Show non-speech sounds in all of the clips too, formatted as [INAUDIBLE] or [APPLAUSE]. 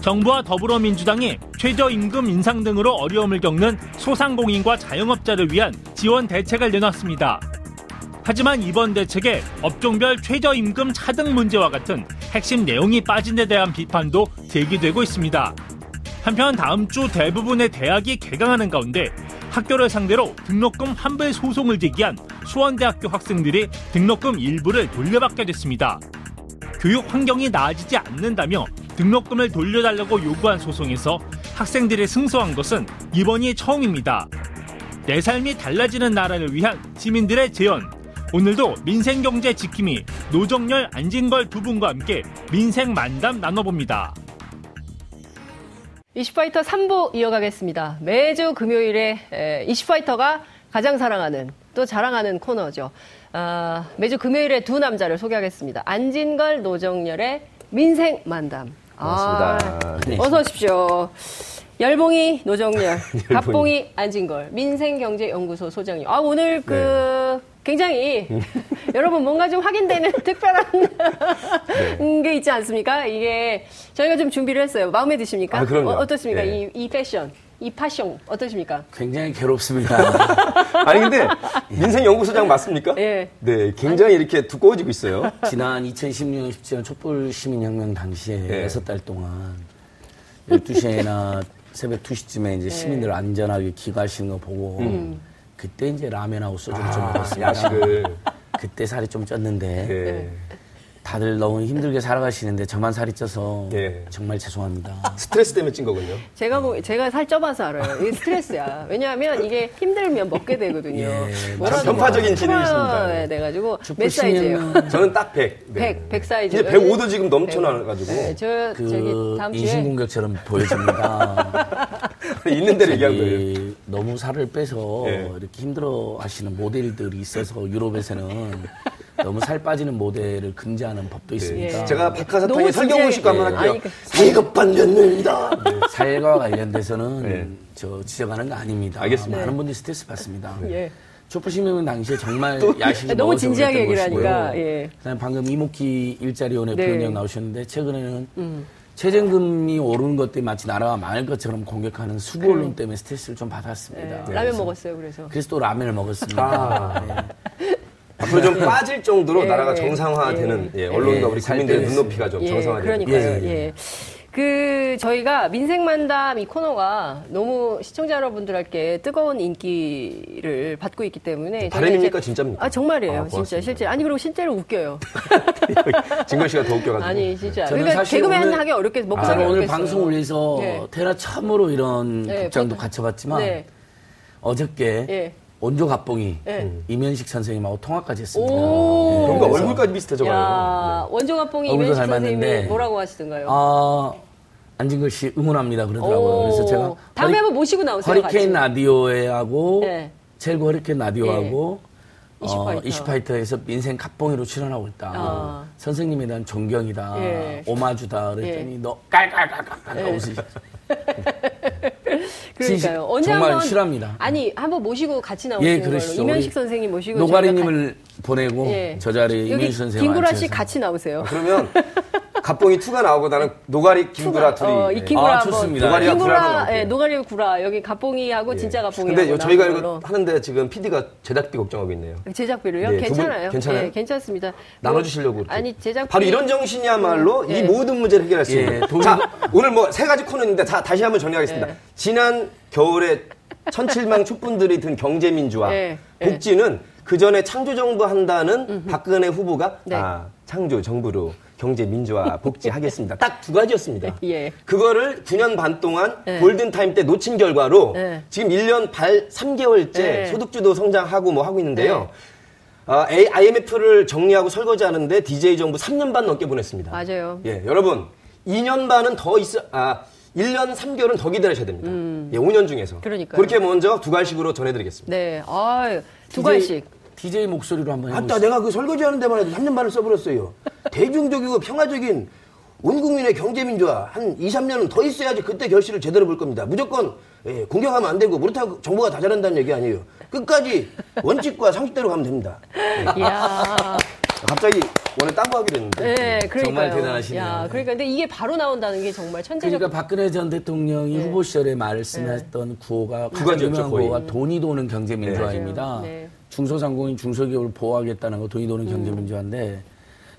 정부와 더불어민주당이 최저임금 인상 등으로 어려움을 겪는 소상공인과 자영업자를 위한 지원 대책을 내놨습니다. 하지만 이번 대책에 업종별 최저임금 차등 문제와 같은 핵심 내용이 빠진 데 대한 비판도 제기되고 있습니다. 한편 다음 주 대부분의 대학이 개강하는 가운데 학교를 상대로 등록금 환불 소송을 제기한 수원대학교 학생들이 등록금 일부를 돌려받게 됐습니다. 교육 환경이 나아지지 않는다며 등록금을 돌려달라고 요구한 소송에서 학생들이 승소한 것은 이번이 처음입니다. 내 삶이 달라지는 나라를 위한 시민들의 재현. 오늘도 민생경제 지킴이 노정열 안진걸 두 분과 함께 민생 만담 나눠봅니다. 이슈파이터 3부 이어가겠습니다. 매주 금요일에 에, 이슈파이터가 가장 사랑하는 또 자랑하는 코너죠. 아, 매주 금요일에 두 남자를 소개하겠습니다. 안진걸 노정열의 민생 만담. 반갑습니다. 아, 네. 어서 오십시오. 열봉이 [LAUGHS] 노정열, 갑봉이 안진걸, 민생경제연구소 소장님. 아 오늘 네. 그 [LAUGHS] 굉장히 여러분 뭔가 좀 확인되는 특별한 네. 게 있지 않습니까? 이게 저희가 좀 준비를 했어요. 마음에 드십니까? 아, 그럼요. 어, 떻습니까 네. 이, 이 패션, 이 파션 어떠십니까? 굉장히 [LAUGHS] 괴롭습니다. [LAUGHS] 아니 근데 민생연구소장 맞습니까? 예. 네, 굉장히 이렇게 두꺼워지고 있어요. 지난 2016년 17년 촛불 시민혁명 당시에 예. 네. 여섯 달 동안 [LAUGHS] 12시에나 새벽 2시쯤에 예. 이제 시민들 안전하게 귀가하시는 거 보고 음. 그때 이제 라면하고 아, 소주를 좀 먹었습니다. 야식을. 그때 살이 좀 쪘는데 예. 다들 너무 힘들게 살아가시는데 저만 살이 쪄서 예. 네. 정말 죄송합니다. 스트레스 때문에 찐 거군요. 제가 음. 보- 제가 살쪄봐서 알아요. 이게 스트레스야. 왜냐하면 이게 힘들면 먹게 되거든요. 예, 뭐라도 전파적인 기능이 있습니다. 풀어야 돼가지고 몇 촛불 사이즈예요? 시민혁명 저는 딱 100. 네. 100, 100 사이즈. 이제 105도 예. 지금 넘쳐나가지고 네, 저 저기 그 다음 주에 인신공격처럼 보여집니다. [LAUGHS] 있는 대로 얘기한 거예요. 이 너무 살을 빼서 예. 이렇게 힘들어 하시는 모델들이 있어서 유럽에서는 너무 살 빠지는 모델을 금지하는 법도 있습니다. 예. 네. 제가 너무 박하사탕에 진지하게- 설경호식과 한번 아니, 할게요. 그- 사기급반 년년이다. 네, 살과 관련돼서는 예. 저 지적하는 거 아닙니다. 알겠습니다. 많은 분들이 스트레스 받습니다. 예. 촛불시민은 당시에 정말 야식을 너무 먹어서 진지하게 그랬던 얘기를 것이고요. 하니까, 예. 그다음에 방금 이목기 일자리원회 네. 음. 부위원장 나오셨는데 최근에는 최저임금이 오르는 것 때문에 마치 나라가 망할 것처럼 공격하는 수구 언론 때문에 스트레스를 좀 받았습니다. 음. 네, 그래서 라면 먹었어요. 그래서 그래서 또 라면을 먹었습니다. 아, 앞으로 좀 빠질 정도로 예, 나라가 예. 정상화되는 예, 예, 언론과 우리 살 국민들의 때는 눈높이가 좀 정상화되는 그러니까요. 예, 예. 그 저희가 민생 만담 이 코너가 너무 시청자 여러분들께 뜨거운 인기를 받고 있기 때문에 저희가 바람입니까? 이제- 진짜입니까? 아 정말이에요. 아, 진짜 고맙습니다. 실제 아니 그리고 실제로 웃겨요. 진건 씨가 더 웃겨가지고. 아니 진짜 네. 저는 그러니까 사실 개그맨 오늘- 하기 어렵게 먹고 저는 살기 오늘 어렵겠어요. 방송을 위해서 네. 테라 참으로 이런 네, 복장도 보통- 갖춰봤지만 네. 어저께 예. 원조 갑봉이 예. 이면식 선생님하고 통화까지 했습니다. 오. 네. 그러니까 그래서, 얼굴까지 비슷해져가요. 뭐. 야, 원종아뽕이 얼굴도 이면식 네. 잘 선생님이 맞는데. 뭐라고 하시던가요? 아, 안진걸 씨 응원합니다 그러더라고요. 오. 그래서 제가 다음에 허리- 한번 모시고 나오세요, 같이. 허리케인 라디오에하고 네. 첼고 허리케인 라디오하고 예. 어, 이슈파이터. 이슈파이터에서 민생 갑봉이로 출연하고 있다. 아. 선생님에 대한 존경이다. 예. 오마주다. 그랬더니 예. 너 깔깔깔깔깔 웃으시. 진심- 그러니까요. 언제 정말 한번 싫어합니다. 아니 한번 모시고 같이 나오시는 예, 걸로 그러시죠. 이면식 우리 선생님 모시고 노가리님을 보내고 저희가 예. 어, 저 자리에 여기 이면식 선생님 어, 김구라 씨 앉혀서. 같이 나오세요. 그러면 갑봉이 투가 나오고 나는 노가리 김구라 둘이. 예. 어, 이 김구라 아, 한번. 좋습니다. 노가리와 구라는 김구라, 어때요? 예. 예, 노가리 구라 여기 갑봉이하고 진짜 갑봉이하고. 근데 요- 저희가 나오는 이거 걸로. 하는데 지금 PD가 제작비 걱정하고 있네요. 제작비를요? 예, 두 분 괜찮아요. 괜찮아요? 예, 괜찮습니다. 뭐, 나눠주시려고. 이렇게. 아니 음, 제작 바로 이런 정신이야말로 이 모든 문제를 해결할 수 예, 있는. 돈이- 자, 오늘 뭐 세 가지 코너인데 다, 다시 한번 정리하겠습니다. 예. 지난 겨울에 천칠망 촛분들이 든 경제민주화, 예, 예. 복지는 그 전에 창조정부 한다는 박근혜 후보가 네. 아, 창조 정부로 경제 민주화 복지 하겠습니다. 딱 두 가지였습니다. 예. 그거를 9년 반 동안 예. 골든 타임 때 놓친 결과로 예. 지금 1년 발 3개월째 예. 소득주도 성장하고 뭐 하고 있는데요. 아, A- IMF를 정리하고 설거지하는데 DJ 정부 3년 반 넘게 보냈습니다. 맞아요. 예, 여러분 2년 반은 더 있어 아 1년 3개월은 더 기다리셔야 됩니다. 예, 5년 중에서. 음. 그러니까요. 그렇게 먼저 두 갈씩으로 전해드리겠습니다. 네, 아유 두 갈씩. [LAUGHS] DJ 목소리로 한번 해보시죠. 아따 내가 그 설거지하는 데만 해도 3년 반을 써버렸어요. 대중적이고 평화적인 온 국민의 경제민주화 한 2, 3년은 더 있어야지 그때 결실을 제대로 볼 겁니다. 무조건 예, 공격하면 안 되고 그렇다고 정부가 다 잘한다는 얘기 아니에요. 끝까지 원칙과 상식대로 가면 됩니다. 이야. 갑자기 오늘 딴거 하기로 했는데. 네, 그러니까요. 정말 대단하시네요. 야, 그러니까 근데 이게 바로 나온다는 게 정말 천재적. 그러니까 박근혜 전 예. 대통령이 후보 시절에 말씀하셨던 구호가 가장 가지였죠, 유명한 거의. 구호가 돈이 도는 경제민주화입니다. 맞아요. 네. 중소상공인 중소기업을 보호하겠다는 거 돈이 도는 음. 경제민주화인데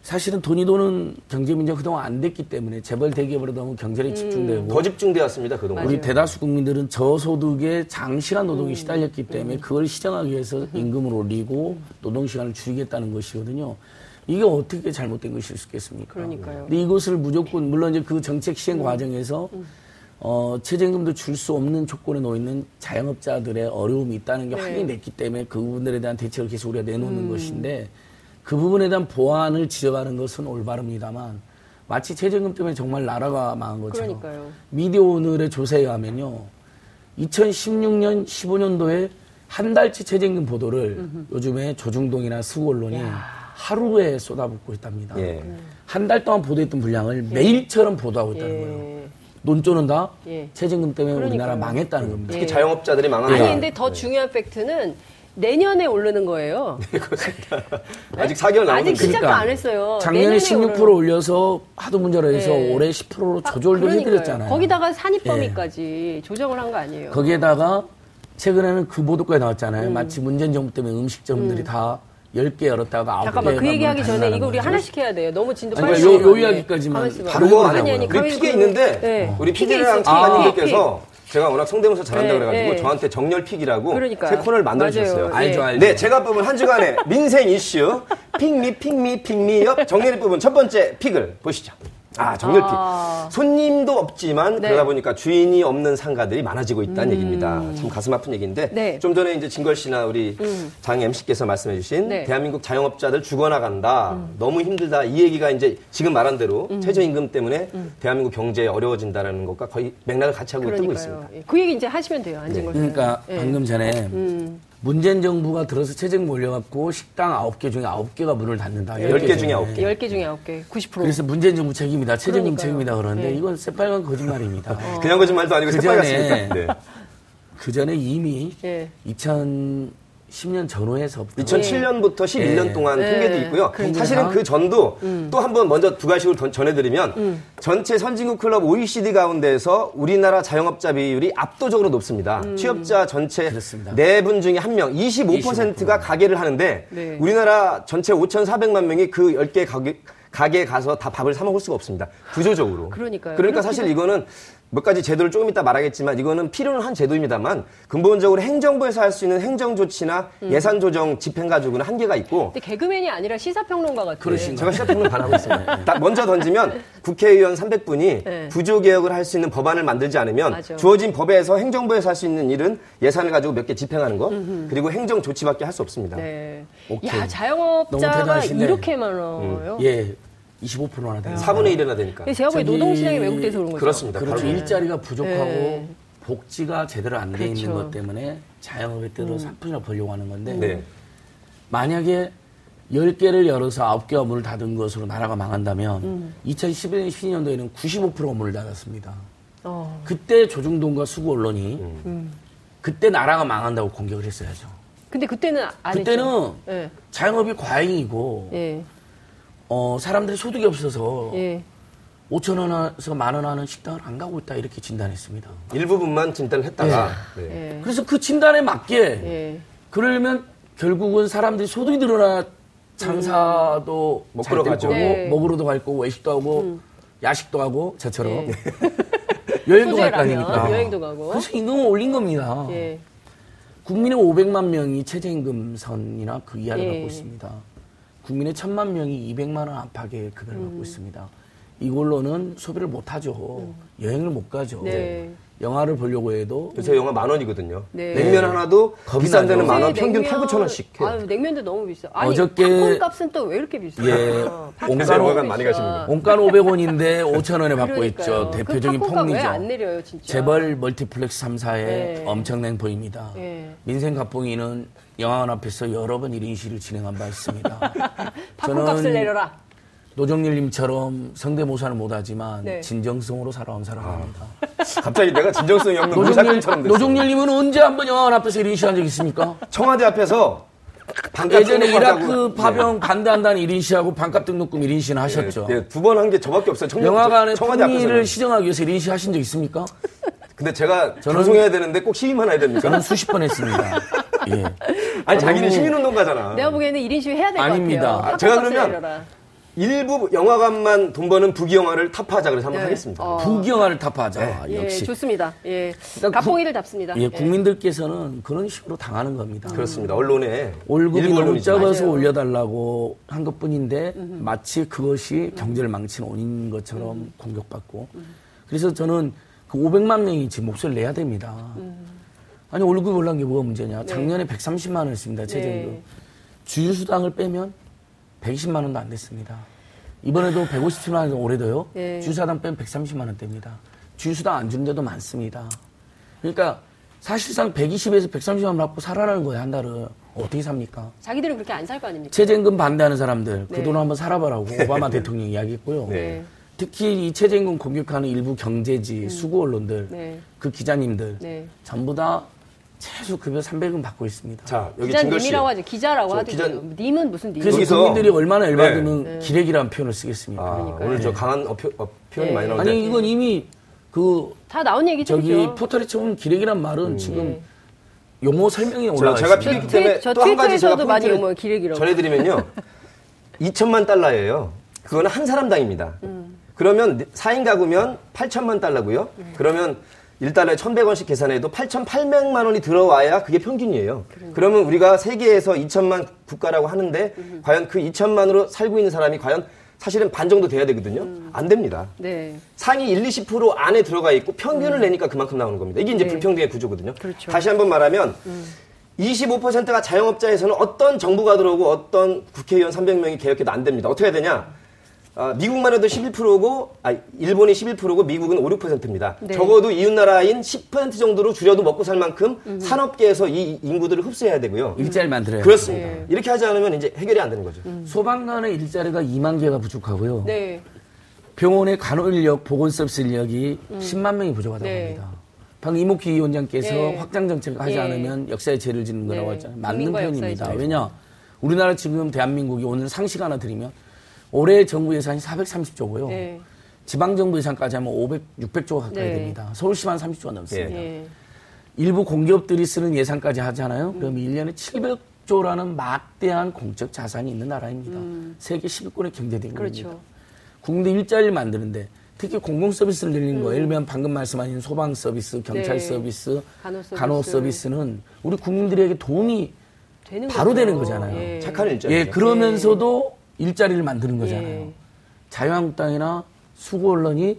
사실은 돈이 도는 경제민주화 그동안 안 됐기 때문에 재벌 대기업으로 너무 음, 경제에 집중되고 더 집중되었습니다, 그동안. 우리 대다수 국민들은 저소득에 장시간 음, 노동이 시달렸기 때문에 그걸 시정하기 위해서 임금을 올리고 노동 시간을 줄이겠다는 것이거든요. 이게 어떻게 잘못된 것일 수 있겠습니까? 그러니까요. 음. 근데 이것을 무조건 물론 이제 그 정책 시행 과정에서 어, 최저임금도 줄 수 없는 조건에 놓여 있는 자영업자들의 어려움이 있다는 게 네. 음. 확인됐기 때문에 그 부분들에 대한 대책을 계속 우리가 내놓는 것인데 그 부분에 대한 보완을 지적하는 것은 올바릅니다만 마치 최저임금 때문에 정말 나라가 망한 것처럼 그러니까요. 미디어 오늘의 조사에 가면요. 2016년 15년도에 한 달치 최저임금 보도를 요즘에 조중동이나 수구 언론이 하루에 쏟아붓고 있답니다. 예. 네. 한 달 동안 보도했던 분량을 매일처럼 보도하고 있다는 거예요. 예. 논조는 다 예. 최저임금 때문에 우리나라 그러니까요. 예. 망했다는 겁니다. 특히 자영업자들이 망한다. 아니 근데 네. 더 중요한 팩트는 내년에 오르는 거예요. 네, 아직 4개월 남았는데. 아직 시작도 안 했어요. 그러니까 작년에 내년에 16% 오르는- 올려서 하도 문제로 해서 예. 올해 10%로 조절도 그러니까요. 해드렸잖아요. 거기다가 산입 범위까지 네. 조정을 한 거 아니에요. 거기에다가 최근에는 그 보도까지 음. 나왔잖아요. 마치 문재인 정부 때문에 음식점들이 다 10개 아, 열었다가 9개 잠깐만 그 얘기하기 전에 이거 우리 하나씩 해야 돼요. 너무 진도 아니, 빨리. 요- 요 가네. 이야기까지만 가만있어 봐. 바로 그거 아니, 아니, 아니, 아니, 우리 가만있어 피게 봐. 있는데 네. 우리 픽이 피디랑 있어, 아, 작가님께서 제가 워낙 성대모사 잘한다 네, 그래가지고 네. 저한테 정렬 픽이라고 그러니까요. 세 코너를 만들어 맞아요. 주셨어요. 알죠, 예. 알죠. 네, 제가 뽑은 한 주간의 [LAUGHS] 민생 이슈 픽미 픽미 픽미업 정렬이 뽑은 첫 번째 픽을 보시죠. 아, 정렬 픽. 아. 손님도 없지만 네. 음. 그러다 보니까 주인이 없는 상가들이 많아지고 있다는 얘기입니다. 참 가슴 아픈 얘기인데 네. 좀 전에 이제 진걸 씨나 우리 장 MC께서 말씀해주신 음. 네. 음. 대한민국 자영업자들 죽어나간다. 너무 힘들다. 이 얘기가 이제 지금 말한 대로 최저임금 때문에 대한민국 경제 어려워진다라는 것과 거의 맥락을 같이 하고 뜨고 네. 있습니다. 음. 그러니까요. 예. 그 얘기 이제 하시면 돼요. 앉은 걸. 그러니까 방금 전에 음. 문재인 정부가 들어서 최저임금 올려갖고 식당 9개 중에 9개가 문을 닫는다. 열 10개 중에 9개. 10개 중에 9개. 90%. 그래서 문재인 정부 책임이다. 그러니까요. 최저임금 어. 책임이다. 그러는데 네. 이건 새빨간 거짓말입니다. 그냥 거짓말도 아니고 그 새빨갛습니다. 전에 네. 그 전에 이미 예. 2010년 전후에서부터 2007년부터 11년 예. 동안 예. 통계도 있고요. 그러니까. 사실은 그 전도 음. 또 한번 먼저 두 가지로 던- 전해드리면 전체 선진국 클럽 OECD 가운데에서 우리나라 자영업자 비율이 압도적으로 높습니다. 음. 취업자 전체 그렇습니다. 네 분 중에 한 명, 25%가 가게를 하는데 네. 우리나라 전체 5,400만 명이 그 10개 가게 가게에 가서 다 밥을 사 먹을 수가 없습니다. 구조적으로. 그러니까요. 그러니까 사실 이거는 몇 가지 제도를 조금 이따 말하겠지만 이거는 필요는 한 제도입니다만 근본적으로 행정부에서 할 수 있는 행정 조치나 음. 예산 조정 집행 가지고는 한계가 있고 근데 예, 개그맨이 아니라 시사평론가 같아요. 그러신가? 제가 시사평론 [LAUGHS] 반하고 있습니다. 딱 먼저 던지면 국회의원 300분이 네. 구조 개혁을 할 수 있는 법안을 만들지 않으면 맞아. 주어진 법에서 행정부에서 할 수 있는 일은 예산을 가지고 몇 개 집행하는 것 그리고 행정 조치밖에 할 수 없습니다. 네. 오케이. 야, 너무 자영업자가 대단하신데. 이렇게 많아요. 예, 25%나 돼요. 4분의 1이나 되니까. 근데 제가 보기에 저기- 노동시장이 왜곡돼서 그런 거죠. 그렇습니다. 그렇죠. 바로 일자리가 부족하고 네. 복지가 제대로 안 돼 있는 그렇죠. 음. 것 때문에 자영업에 들어 서 3분이나 벌려고 하는 건데 네. 만약에 10개를 열어서 9개가 문을 닫은 것으로 나라가 망한다면 음. 2011년, 12년도에는 95%가 문을 닫았습니다. 어. 그때 조중동과 수구 언론이 음. 그때 나라가 망한다고 공격을 했어야죠. 근데 그때는 안 그때는 했죠. 예. 자영업이 과잉이고 예. 어, 사람들이 소득이 없어서 예. 5천 원에서 만 원 하는 식당을 안 가고 있다 이렇게 진단했습니다. 일부분만 진단을 했다가 네. 예. 그래서 그 진단에 맞게 예. 그러면 결국은 사람들이 소득이 늘어나 장사도 음. 먹으러 잘 가죠. 될 거고, 네. 음. 먹으러도 갈 거고 외식도 하고 야식도 하고 저처럼 [LAUGHS] 여행도 갈 거 네. 소주라면 아닙니까? 여행도 가고. 그래서 임금을 올린 겁니다. 예. 국민의 500만 명이 최저임금 선이나 그 이하를 예. 받고 있습니다. 국민의 1000만 명이 200만 원 안팎의 급여를 음. 받고 있습니다. 이걸로는 소비를 못 하죠. 여행을 못 가죠. 음. 네. 영화를 보려고 해도 요새 영화 만 원이거든요. 네. 냉면 하나도 겁이 비싼 나죠. 데는 만 원, 요새 평균 네. 냉면- 8, 9천 원씩 해요. 아유, 냉면도 너무 비싸. 아니, 어저께- 팝콘값은 또 왜 이렇게 비싸? [LAUGHS] 예, [LAUGHS] 그래서 옹가로- 영화관 많이 가십니다. 아. 온가는 500원인데 5,000원에 받고 있죠. 대표적인 폭리죠. 그 왜안 내려요, 진짜? 재벌 멀티플렉스 3사의 네. 엄청난 보입니다. 네. 민생 갑봉이는 영화관 앞에서 여러 번 1인 시를 진행한 바 있습니다. [LAUGHS] 팝콘값을 내려라. 노정일님처럼 성대모사는 못하지만 네. 진정성으로 살아온 사람입니다. 갑자기 내가 진정성이 없는 무사건처럼 됐어. [LAUGHS] 노정일님은 언제 한번 영화관 앞에서 1인 시한 적 있습니까? 청와대 앞에서 반값 그러니까 예전에 등록하다고. 네. 이라크 파병 반대한다는 1인 시하고 반값 등록금 1인 시는 하셨죠. 예, 두 번 한 게 저밖에 없어요. 청년, 영화관의 네. 청와대 통일을 앞에서. 시정하기 위해서 1인 시 하신 적 있습니까? 근데 제가 저는- 방송해야 되는데 꼭 시위만 해야 됩니까? 저는 수십 번 했습니다. 예. 아니 자기는 너무- 시민운동가잖아. 내가 보기에는 1인 시위 해야 될 것 같아요. 아닙니다. 아, 제가 팝업박스 그러면 내려라. 일부 영화관만 돈 버는 부기 영화를 타파하자 그래서 한번 하겠습니다. 어, 부기영화를 타파하자. 예, 역시. 좋습니다. 예. 그러니까 갑봉이를 답습니다. 예, 국민들께서는 그런 식으로 당하는 겁니다. 그렇습니다. 언론에 월급이 일부 너무 언론이지만. 적어서 올려달라고 한 것뿐인데 마치 그것이 경제를 망치는 원인인 것처럼 공격받고 그래서 저는 그 500만 명이 지금 목소리를 내야 됩니다. 아니 월급 올라간 게 뭐가 문제냐? 작년에 130만 원 했습니다 최저임금 네. 주유수당을 빼면 120만 원도 안 됐습니다. 이번에도 157만 원 올해도요. 네. 주유수당 빼면 130만 원대입니다. 주유수당 안 주는 데도 많습니다. 그러니까 사실상 120에서 130만 원 받고 살아라는 거예요 한 달은 어떻게 삽니까? 자기들은 그렇게 안 살 거 아닙니까? 최저임금 반대하는 사람들 [LAUGHS] 네. 그 돈을 한번 살아봐라고 오바마 대통령이 이야기했고요. 예. 네. 특히 이 최저임금 공격하는 일부 경제지 수구 언론들 음. 네. 그 기자님들 네. 전부 다 최소 급여 300은 받고 있습니다. 자 여기 아, 진걸 씨. 기자님이라고 하죠. 기자라고 저 하죠. 기자- 님은 무슨 님? 그래서 여기서- 네. 국민들이 얼마나 열받으면 네. 기레기라는 표현을 쓰겠습니까? 아, 오늘 저 강한 어표, 어, 표현이 네. 많이 나오는데 네. 아니 이건 이미 그 다 나온 얘기죠. 저기 그죠? 네. 포털에 쳐보면 기레기란 말은 지금 용어 설명이 올라가 음. 제가, 제가 있습니다. 필요기 저 때문에 트윗- 저 또 한 가지 제가 트위터에서도 많이 포인트를 뭐 기르기라고. [LAUGHS] 전해드리면요. 2천만 달러예요. 그거는 한 사람당입니다. 음. 그러면 4인 가구면 8천만 달러고요. 네. 그러면 1달러에 1,100원씩 계산해도 8,800만 원이 들어와야 그게 평균이에요. 그러면 우리가 세계에서 2천만 국가라고 하는데 음. 과연 그 2천만으로 살고 있는 사람이 과연 사실은 반 정도 돼야 되거든요. 음. 안 됩니다. 네. 상위 1, 20% 안에 들어가 있고 평균을 내니까 그만큼 나오는 겁니다. 이게 이제 음. 네. 불평등의 구조거든요. 그렇죠. 음. 다시 한번 말하면 25%가 자영업자에서는 어떤 정부가 들어오고 어떤 국회의원 300명이 개혁해도 안 됩니다. 어떻게 해야 되냐? 아, 미국만 해도 11%고, 아, 일본이 11%고, 미국은 5, 6%입니다. 네. 적어도 이웃나라인 10% 정도로 줄여도 먹고 살 만큼 산업계에서 이 인구들을 흡수해야 되고요. 일자리를 만들어요. 그 그렇습니다. 네. 이렇게 하지 않으면 이제 해결이 안 되는 거죠. 음. 소방관의 일자리가 2만 개가 부족하고요. 네. 병원의 간호 인력, 보건 서비스 인력이 10만 명이 음. 부족하다고 네. 합니다. 방금 이목희 위원장께서 네. 확장 정책을 하지 네. 않으면 역사에 죄를 짓는 거라고 네. 했잖아요. 맞는 국민과 표현입니다. 역사의 죄. 왜냐? 우리나라 지금 대한민국이 오늘 상식 하나 드리면 올해 정부 예산이 430조고요. 네. 지방 정부 예산까지 하면 500, 600조가 가까이 네. 됩니다. 서울시만 30조가 넘습니다. 예. 일부 공기업들이 쓰는 예산까지 하잖아요. 그럼 1년에 700조라는 막대한 공적 자산이 있는 나라입니다. 세계 10위권의 경제대국입니다. 음. 그렇죠. 국내 일자리를 만드는데 특히 공공 서비스를 늘리는 거, 예를 들면 방금 말씀하신 소방 서비스, 경찰 음. 네. 서비스, 간호 서비스. 서비스는 우리 국민들에게 도움이 되는 바로 거죠. 되는 거잖아요. 예. 착한 일자리. 예, 그러면서도 일자리를 만드는 거잖아요. 예. 자유한국당이나 수구 언론이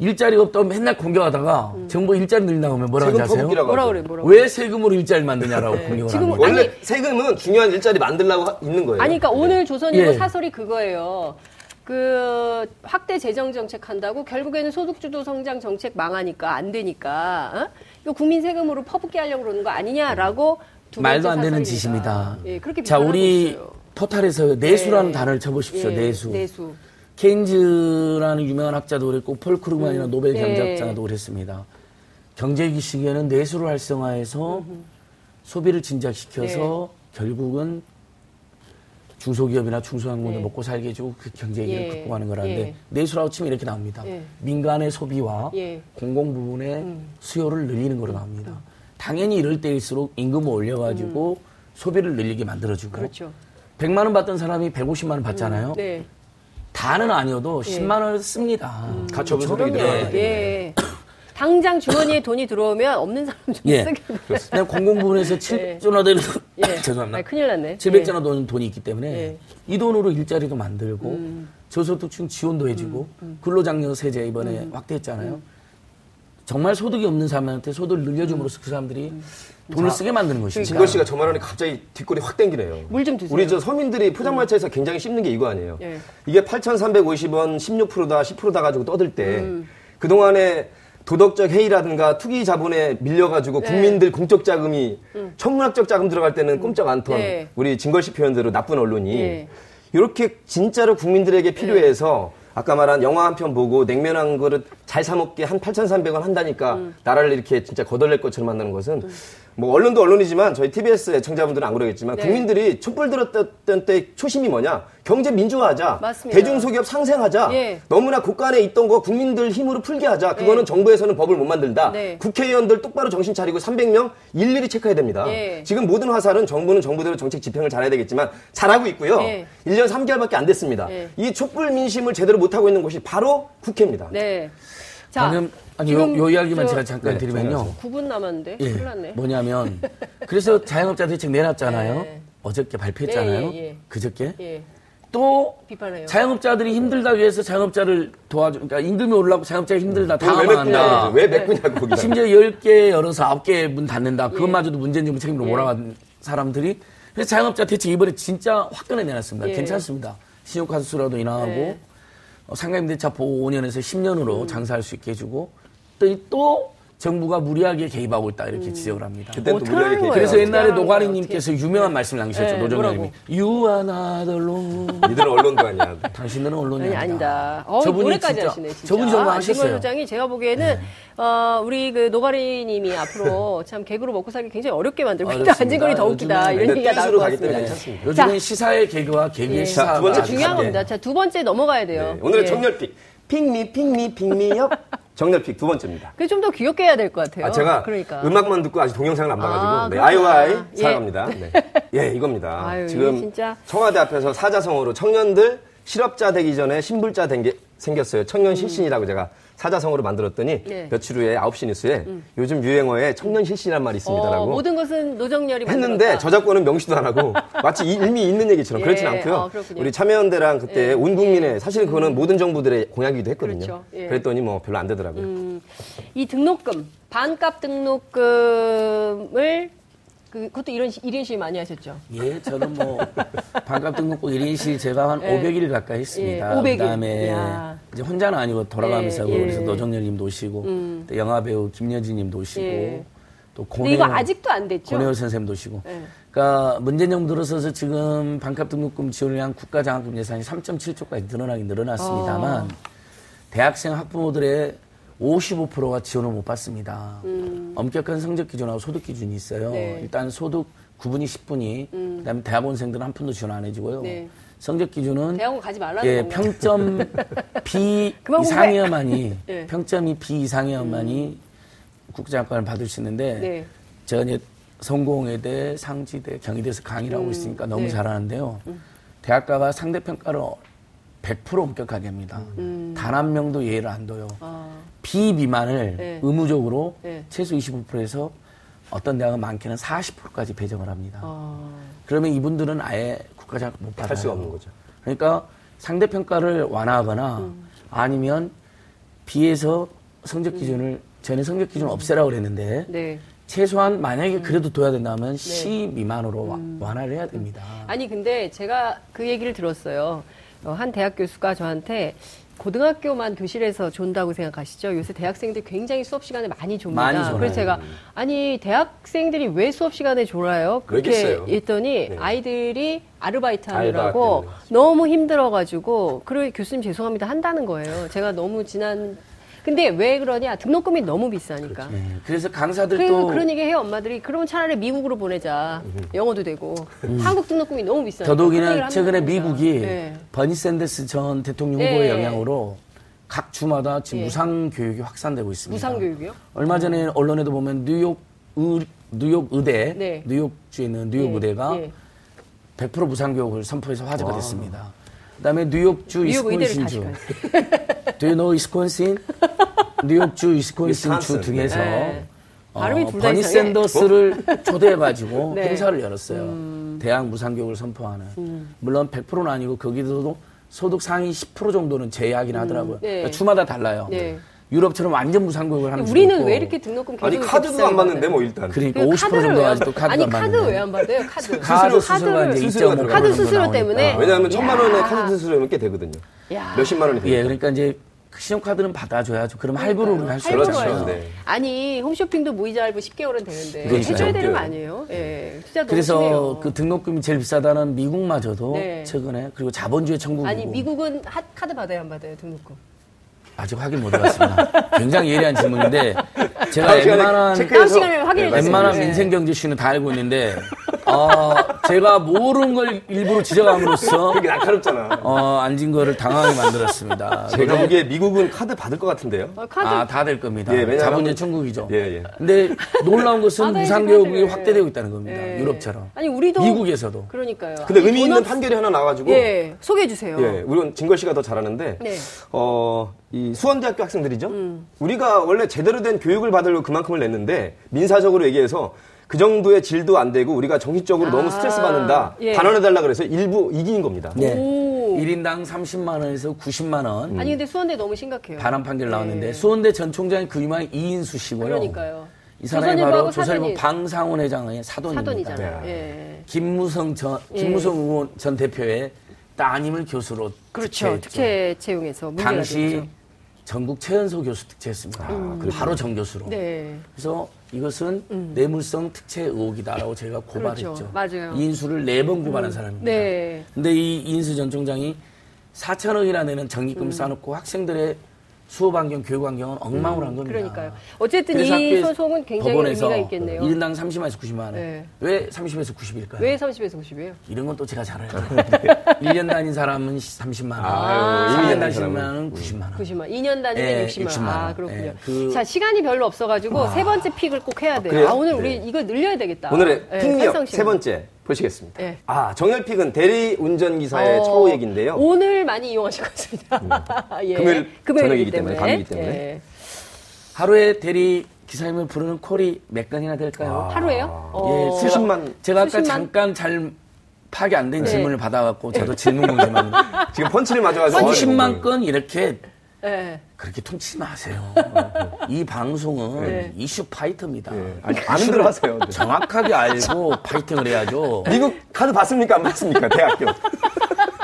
일자리가 없다고 맨날 공격하다가 정부 일자리 늘린다고 하면 뭐라고 세금 하지 아세요? 퍼붓기라고 뭐라 하죠. 그래, 음. 뭐라. 왜 세금으로 일자리를 만드냐라고 공격을 네. 지금 합니다. 원래 아니- 세금은 중요한 일자리 만들려고 하- 있는 거예요. 아니, 그러니까 오늘 조선일보 네. 예. 사설이 그거예요. 그 확대 재정 정책 한다고 결국에는 소득주도 성장 정책 망하니까 안 되니까 어? 이거 국민 세금으로 퍼붓게 하려고 그러는 거 아니냐라고 두 번째 말도 안 되는 사설입니다. 짓입니다. 예, 그렇게 자, 비판하고 우리 있어요. 포탈에서 내수라는 예. 단어를 쳐보십시오. 예, 내수. 내수. 케인즈라는 유명한 학자도 그랬고 폴크루만이나 노벨 네. 경제학자도 그랬습니다. 경제위기 시기에는 내수를 활성화해서 소비를 진작시켜서 네. 결국은 중소기업이나 중소상공을 네. 먹고 살게 해주고 그 경제위기를 예. 극복하는 거라는데 예. 내수라고 치면 이렇게 나옵니다. 예. 민간의 소비와 예. 음. 공공 부분의 수요를 늘리는 거로 나옵니다. 당연히 이럴 때일수록 임금을 올려가지고 소비를 늘리게 만들어주고 음. 그렇죠. 100만 원 받던 사람이 150만 원 받잖아요. 네. 다는 아니어도 예. 10만 원을 씁니다. 음. 가처분 소득이 그럼요. 네. 들어가기 때문에. 예. 당장 주머니에 돈이 들어오면 없는 사람 좀 예. 쓰게. 그다음에 공공 부분에서 7조나 되는 예. [LAUGHS] 죄송합니다. 아, 큰일 났네. 700조나 되는 돈이 있기 때문에 예. 음. 이 돈으로 일자리도 만들고 저소득층 지원도 해주고 근로장려 세제 이번에 음. 확대했잖아요. 정말 소득이 없는 사람한테 소득을 음. 늘려줌으로써 그 사람들이 돈을 쓰게 만드는 그러니까. 것입니다. 진걸 씨가 저 말하니 갑자기 뒷골이 확 땡기네요. 물좀 드세요. 우리 저 서민들이 포장마차에서 굉장히 씹는 게 이거 아니에요. 예. 이게 8,350원 16%다 10%다 가지고 떠들 때 음. 그동안에 도덕적 해이라든가 투기 자본에 밀려가지고 예. 국민들 공적 자금이 음. 천문학적 자금 들어갈 때는 꼼짝 않던 네. 우리 진걸 씨 표현대로 나쁜 언론이 예. 이렇게 진짜로 국민들에게 필요해서 아까 말한 영화 한 편 보고 냉면 한 음. 그릇 잘 사 먹게 한 8,300원 한다니까 나라를 이렇게 진짜 거덜낼 것처럼 한다는 것은 뭐 언론도 언론이지만 저희 TBS 애청자분들은 안 그러겠지만 네. 국민들이 촛불 들었던 때 초심이 뭐냐? 경제 민주화하자. 맞습니다. 대중 소기업 상생하자. 예. 너무나 국간에 있던 거 국민들 힘으로 풀게 하자. 그거는 네. 정부에서는 법을 못 만든다. 네. 국회의원들 똑바로 정신 차리고 300명 일일이 체크해야 됩니다. 예. 지금 모든 화살은 정부는 정부대로 정책 집행을 잘해야 되겠지만 잘하고 있고요. 예. 1년 3개월밖에 안 됐습니다. 예. 이 촛불 민심을 제대로 못 하고 있는 곳이 바로 국회입니다. 네. 자, 방금 아니 요, 요 이야기만 저 제가 잠깐 네, 드리면요. 9분 남았는데 예, 큰일 났네. 뭐냐면 그래서 자영업자 대책 내놨잖아요. 네. 어저께 발표했잖아요. 예, 예, 예. 그저께 예. 또 비판해요. 자영업자들이 힘들다 위해서 자영업자를 도와줘. 그러니까 임금이 올라고 자영업자 힘들다 다 음. 왜 망한다. 맺냐고 왜 네. 맺냐고 거기다. 심지어 10개 열어서 9개 문 닫는다. 예. 그것마저도 문재인 정부 책임으로 몰아간 사람들이. 그래서 자영업자 대책 이번에 진짜 화끈하게 내놨습니다. 예. 괜찮습니다. 신용카드 수라도 인하하고 네. 어, 상가임 대차 보호 5년에서 음. 10년으로 장사할 수 있게 해주고 또, 이- 또 정부가 무리하게 개입하고 있다 이렇게 지적을 합니다. 그때 음. 또 어떡하는 무리하게 거예요? 개입해가지고. 그래서 옛날에 어떻게 하는 거예요? 노가리님께서 유명한 말씀 남기셨죠. 네, 노정님이 뭐라고? 유아나들로 이들은 언론도 아니야. [LAUGHS] 당신들은 언론이 아니 아니다. 어, 저분이 노래까지 진짜- 하시네 진짜. 저분이 정말 아, 김건희 하셨어요. 소장이 제가 네. 보기에는 어, 우리 그 노가리님이 [LAUGHS] 앞으로 참 개그로 먹고 살기 굉장히 어렵게 만들고 있다. 어렵습니다. 안진걸이 더 웃기다 요즘은 이런 근데 얘기가 나올 것 댄스로 가기 때문에 같습니다. 괜찮습니다. 네. 요즘엔 네. 자. 네. 시사의 개그와 개그의 시사가 두 번째 아주 중요한 네. 겁니다. 자 두 번째 넘어가야 돼요. 네, 오늘의 예. 정렬픽. 픽미, 픽미, 픽미업. 정렬픽 두 번째입니다. 그게 좀 더 귀엽게 해야 될 것 같아요. 아, 제가 그러니까. 음악만 듣고 아직 동영상을 안 봐가지고. 아, 네, 그렇구나. 아이와이 예. 사랑합니다. [LAUGHS] 네. 예, 이겁니다. 아유, 지금 진짜. 청와대 앞에서 사자성어로 청년들 실업자 되기 전에 신불자 된 게 생겼어요. 청년 실신이라고 제가 사자성어로 만들었더니 음. 예. 음. 며칠 후에 9시 뉴스에 요즘 유행어에 청년 실신이란 말이 어, 있습니다라고 모든 것은 노정열이 했는데 만들었다. 저작권은 명시도 [LAUGHS] 안 하고 마치 이- 이미 있는 얘기처럼 그렇진 예, 않고요. 어, 그렇군요. 예, 음. 우리 참여연대랑 그때 온 국민의 사실 그거는 모든 정부들의 공약이기도 했거든요. 그렇죠. 예. 음, 랬더니뭐 별로 안 되더라고요. 이 등록금 반값 등록금을 그, 것도 이런 시- 일인 시 많이 하셨죠. 예, 저는 뭐 반값 등록국 1인실 제가 한 예. 500일 가까이 했습니다. 예, 500일. 그다음에 야. 이제 혼자는 아니고 돌아가면서 예, 하고 예. 그래서 노정열님도 오시고 또 영화 배우 김여진님도 오시고 예. 또 근데 고뇌 이거 아직도 안 됐죠? 권혜호 선생님도 오시고. 예. 그러니까 문재인 정부 들어서서 지금 반값 등록금 지원을 위한 국가 장학금 예산이 3.7조까지 늘어나긴 늘어났습니다만 대학생 학부모들의 55%가 지원을 못 받습니다. 엄격한 성적 기준하고 소득 기준이 있어요. 음. 네. 일단 소득 9분이 10분이 그다음에 대학원생들은 한 푼도 지원 안 해주고요. 네. 성적 기준은 대학원 가지 말라는 예, 건가요? [LAUGHS] 평점 B 그만 공부해. 이상이어만이 예. 음. 평점이 B 이상이어만이 국제학과를 받을 수 있는데 네. 제가 이제 성공회대, 상지대, 경희대에서 강의를 하고 있으니까 너무 네. 잘하는데요. 대학가가 상대평가를 100% 엄격하게 합니다. 음. 단 한 명도 예를 안 둬요. 비미만을 아. 네. 의무적으로 네. 최소 25%에서 어떤 대학은 많게는 40%까지 배정을 합니다. 아. 어, 그러면 이분들은 아예 국가장학 못 받아요. 할 수가 없는 거죠. 그러니까 상대평가를 완화하거나 음. 아니면 B에서 성적 기준을 전에 성적 기준 없애라고 그랬는데 네. 최소한 음. 만약에 그래도 둬야 된다면 C 미만으로 와- 완화를 해야 됩니다. 아니 근데 제가 그 얘기를 들었어요. 어, 한 대학 교수가 저한테 고등학교만 교실에서 존다고 생각하시죠? 요새 대학생들 굉장히 수업 시간에 많이 줍니다. 많이 졸아요. 그래서 제가 아니 대학생들이 왜 수업 시간에 졸아요? 그렇게 왜겠어요? 했더니 네. 아이들이 아르바이트 아르바이트 하느라고 때문에. 너무 힘들어가지고 그리고 교수님 죄송합니다 한다는 거예요. 제가 너무 지난 근데 왜 그러냐 등록금이 너무 비싸니까. 네, 그래서 그리고 그러니까 강사들도 그런 얘기 해요 엄마들이 그러면 차라리 미국으로 보내자 영어도 되고 한국 등록금이 너무 비싸요 음. 더더욱이나 최근에 미국이 네. 버니 샌더스 전 대통령 후보의 네. 영향으로 각 주마다 지금 예. 무상 교육이 확산되고 있습니다. 무상 교육이요? 음. 얼마 전에 언론에도 보면 뉴욕 의, 뉴욕 의대, 네. 뉴욕주에 있는 뉴욕 예, 의대가 예. 아. 100% 무상 교육을 선포해서 화제가 됐습니다. 그다음에 뉴욕주 뉴욕 의대를 이스콘신주, 다시 Do you know 이스콘신? 뉴욕주 이스콘신주 위스콘신. 등에서 네. 어, 발음이 둘다 버니 이상해. 샌더스를 초대해가지고 [LAUGHS] 네. 음. 행사를 열었어요. 대학 무상 교육을 선포하는. 물론 100%는 아니고 거기서도 소득 상위 10% 정도는 제외하긴 하더라고요. 네. 그러니까 주마다 달라요. 네. 유럽처럼 완전 무상 교육을 하는 우리는 데도 있고. 왜 이렇게 등록금 계속 아니 이렇게 카드도 비싸게 안 받는데 받아요? 뭐 일단. 그러니까 그리고 50% 카드를 정도 왜 안- 아직도 카드가 아니 안 카드 왜 안 받아요? 카드 카드 스스로- 수수료가 카드를- 이제 수수료가 2.5% 들어가는 카드 수수료 나오니까. 때문에? 왜냐하면 천만 원에 카드 수수료는 꽤 되거든요. 야. 몇십만 원이 예, 되거든요. 그러니까 이제 신용카드는 받아줘야죠. 그럼 할부로 우리는 할수 할부로 없잖아요. 해야죠. 네. 아니 홈쇼핑도 무이자 할부 10개월은 되는데 그거 해줘야 있어요. 되는 거 아니에요? 예, 진짜 너무 그래서 심해요. 그 등록금이 제일 비싸다는 미국마저도 네. 최근에 그리고 자본주의 천국이고 아니 미국은 핫 카드 받아요 안 받아요 등록금? 아직 확인 못 해봤습니다. 굉장히 예리한 질문인데 제가 다음 시간에 웬만한 체크해서 다음 시간에 확인해 주세요. 웬만한 네. 민생 경제 이슈는 다 알고 있는데 어, 제가 모르는 걸 일부러 지적함으로써 그게 날카롭잖아. 어, 앉은 거를 당황하게 만들었습니다. 제가 보기에 미국은 카드 받을 것 같은데요. 어, 카드 아, 다 될 겁니다. 예, 왜냐하면- 자본주의 천국이죠. 예, 예. 근데 놀라운 아, 것은 네, 무상교육이 지금 확대되고 있다는 겁니다. 예. 유럽처럼. 아니 우리도 미국에서도. 그러니까요. 근데 아니, 의미 있는 워낙- 판결이 하나 나와가지고 예 소개해 주세요. 예, 물론 진걸 씨가 더 잘하는데, 네. 음. 어, 이 수원대학교 학생들이죠? 우리가 원래 제대로 된 교육을 받으려고 그만큼을 냈는데, 민사적으로 얘기해서 그 정도의 질도 안 되고, 우리가 정신적으로 아, 너무 스트레스 받는다, 예. 단언해달라 그래서 일부 이긴 겁니다. 네. 오. 1인당 30만원에서 90만원. 아니 근데 수원대 너무 심각해요. 반환 판결 나왔는데 예. 수원대 전 총장이 그 유명한 이인수 씨고요. 그러니까요. 이 사람이 조선일보하고 바로 조선일보 사돈이- 방상훈 회장의 사돈입니다. 사돈이잖아요. 네. 예. 김무성 전 예. 김무성 의원 전 대표의 따님을 교수로 그렇죠. 특채했죠. 특채 채용해서 문제가 당시 됐죠. 음. 전국 최연소 교수 특채했습니다. 바로 전 교수로. 네. 그래서 이것은 뇌물성 특채 의혹이다라고 저희가 고발했죠. 음. 그렇죠. 맞아요. 음. 인수를 네 번 고발한 사람입니다. 네. 근데 이 인수 전 총장이 4천억이라는 적립금 음. 쌓아놓고 학생들의 수업 환경, 교육 환경은 엉망으로 한 겁니다. 음. 그러니까요. 어쨌든 그래서 이 학교에서 소송은 굉장히 법원에서 의미가 있겠네요. 1인당 30만에서 90만 원. 네. 왜 30에서 90일까요? 왜 네. 30에서 90이에요? 이런 건 또 제가 잘 알아요. [LAUGHS] 1년 다닌 사람은 30만 원. 아유, 일 1년 년 다닌 다닌 사람은 사람은 90만 원. 90만. 2년 단위면 예, 60만. 60만. 아, 그렇군요. 예, 그- 자, 시간이 별로 없어가지고 세 번째 픽을 꼭 해야 돼요. 그래요? 아, 오늘 네. 우리 이거 늘려야 되겠다. 오늘의 예, 픽력 편성시간. 세 번째 보시겠습니다. 예. 아, 정렬픽은 대리 운전기사의 어, 처우 얘기인데요. 음. 오늘 많이 이용하실 것 같습니다. [LAUGHS] 예. 금요일 금요일이기 저녁이기 때문에, 밤이기 때문에. 예. 하루에 대리 기사님을 부르는 콜이 몇 건이나 아. 될까요? 하루에요? 아, 예, 어. 제가- 수십만. 제가 아까 수십만? 잠깐 잘 파악이 안 된 네. 질문을 받아갖고 저도 질문 공지만 지금 펀치를 [LAUGHS] 맞아가지고. 30만 건 이렇게 네. 예. 그렇게 퉁치지 마세요. 이 방송은 네. 이슈 파이터입니다. 예. 아니, 아는 대로 하세요. 네. 정확하게 알고 파이팅을 해야죠. [LAUGHS] 미국 카드 받습니까? 안 받습니까? 대학교.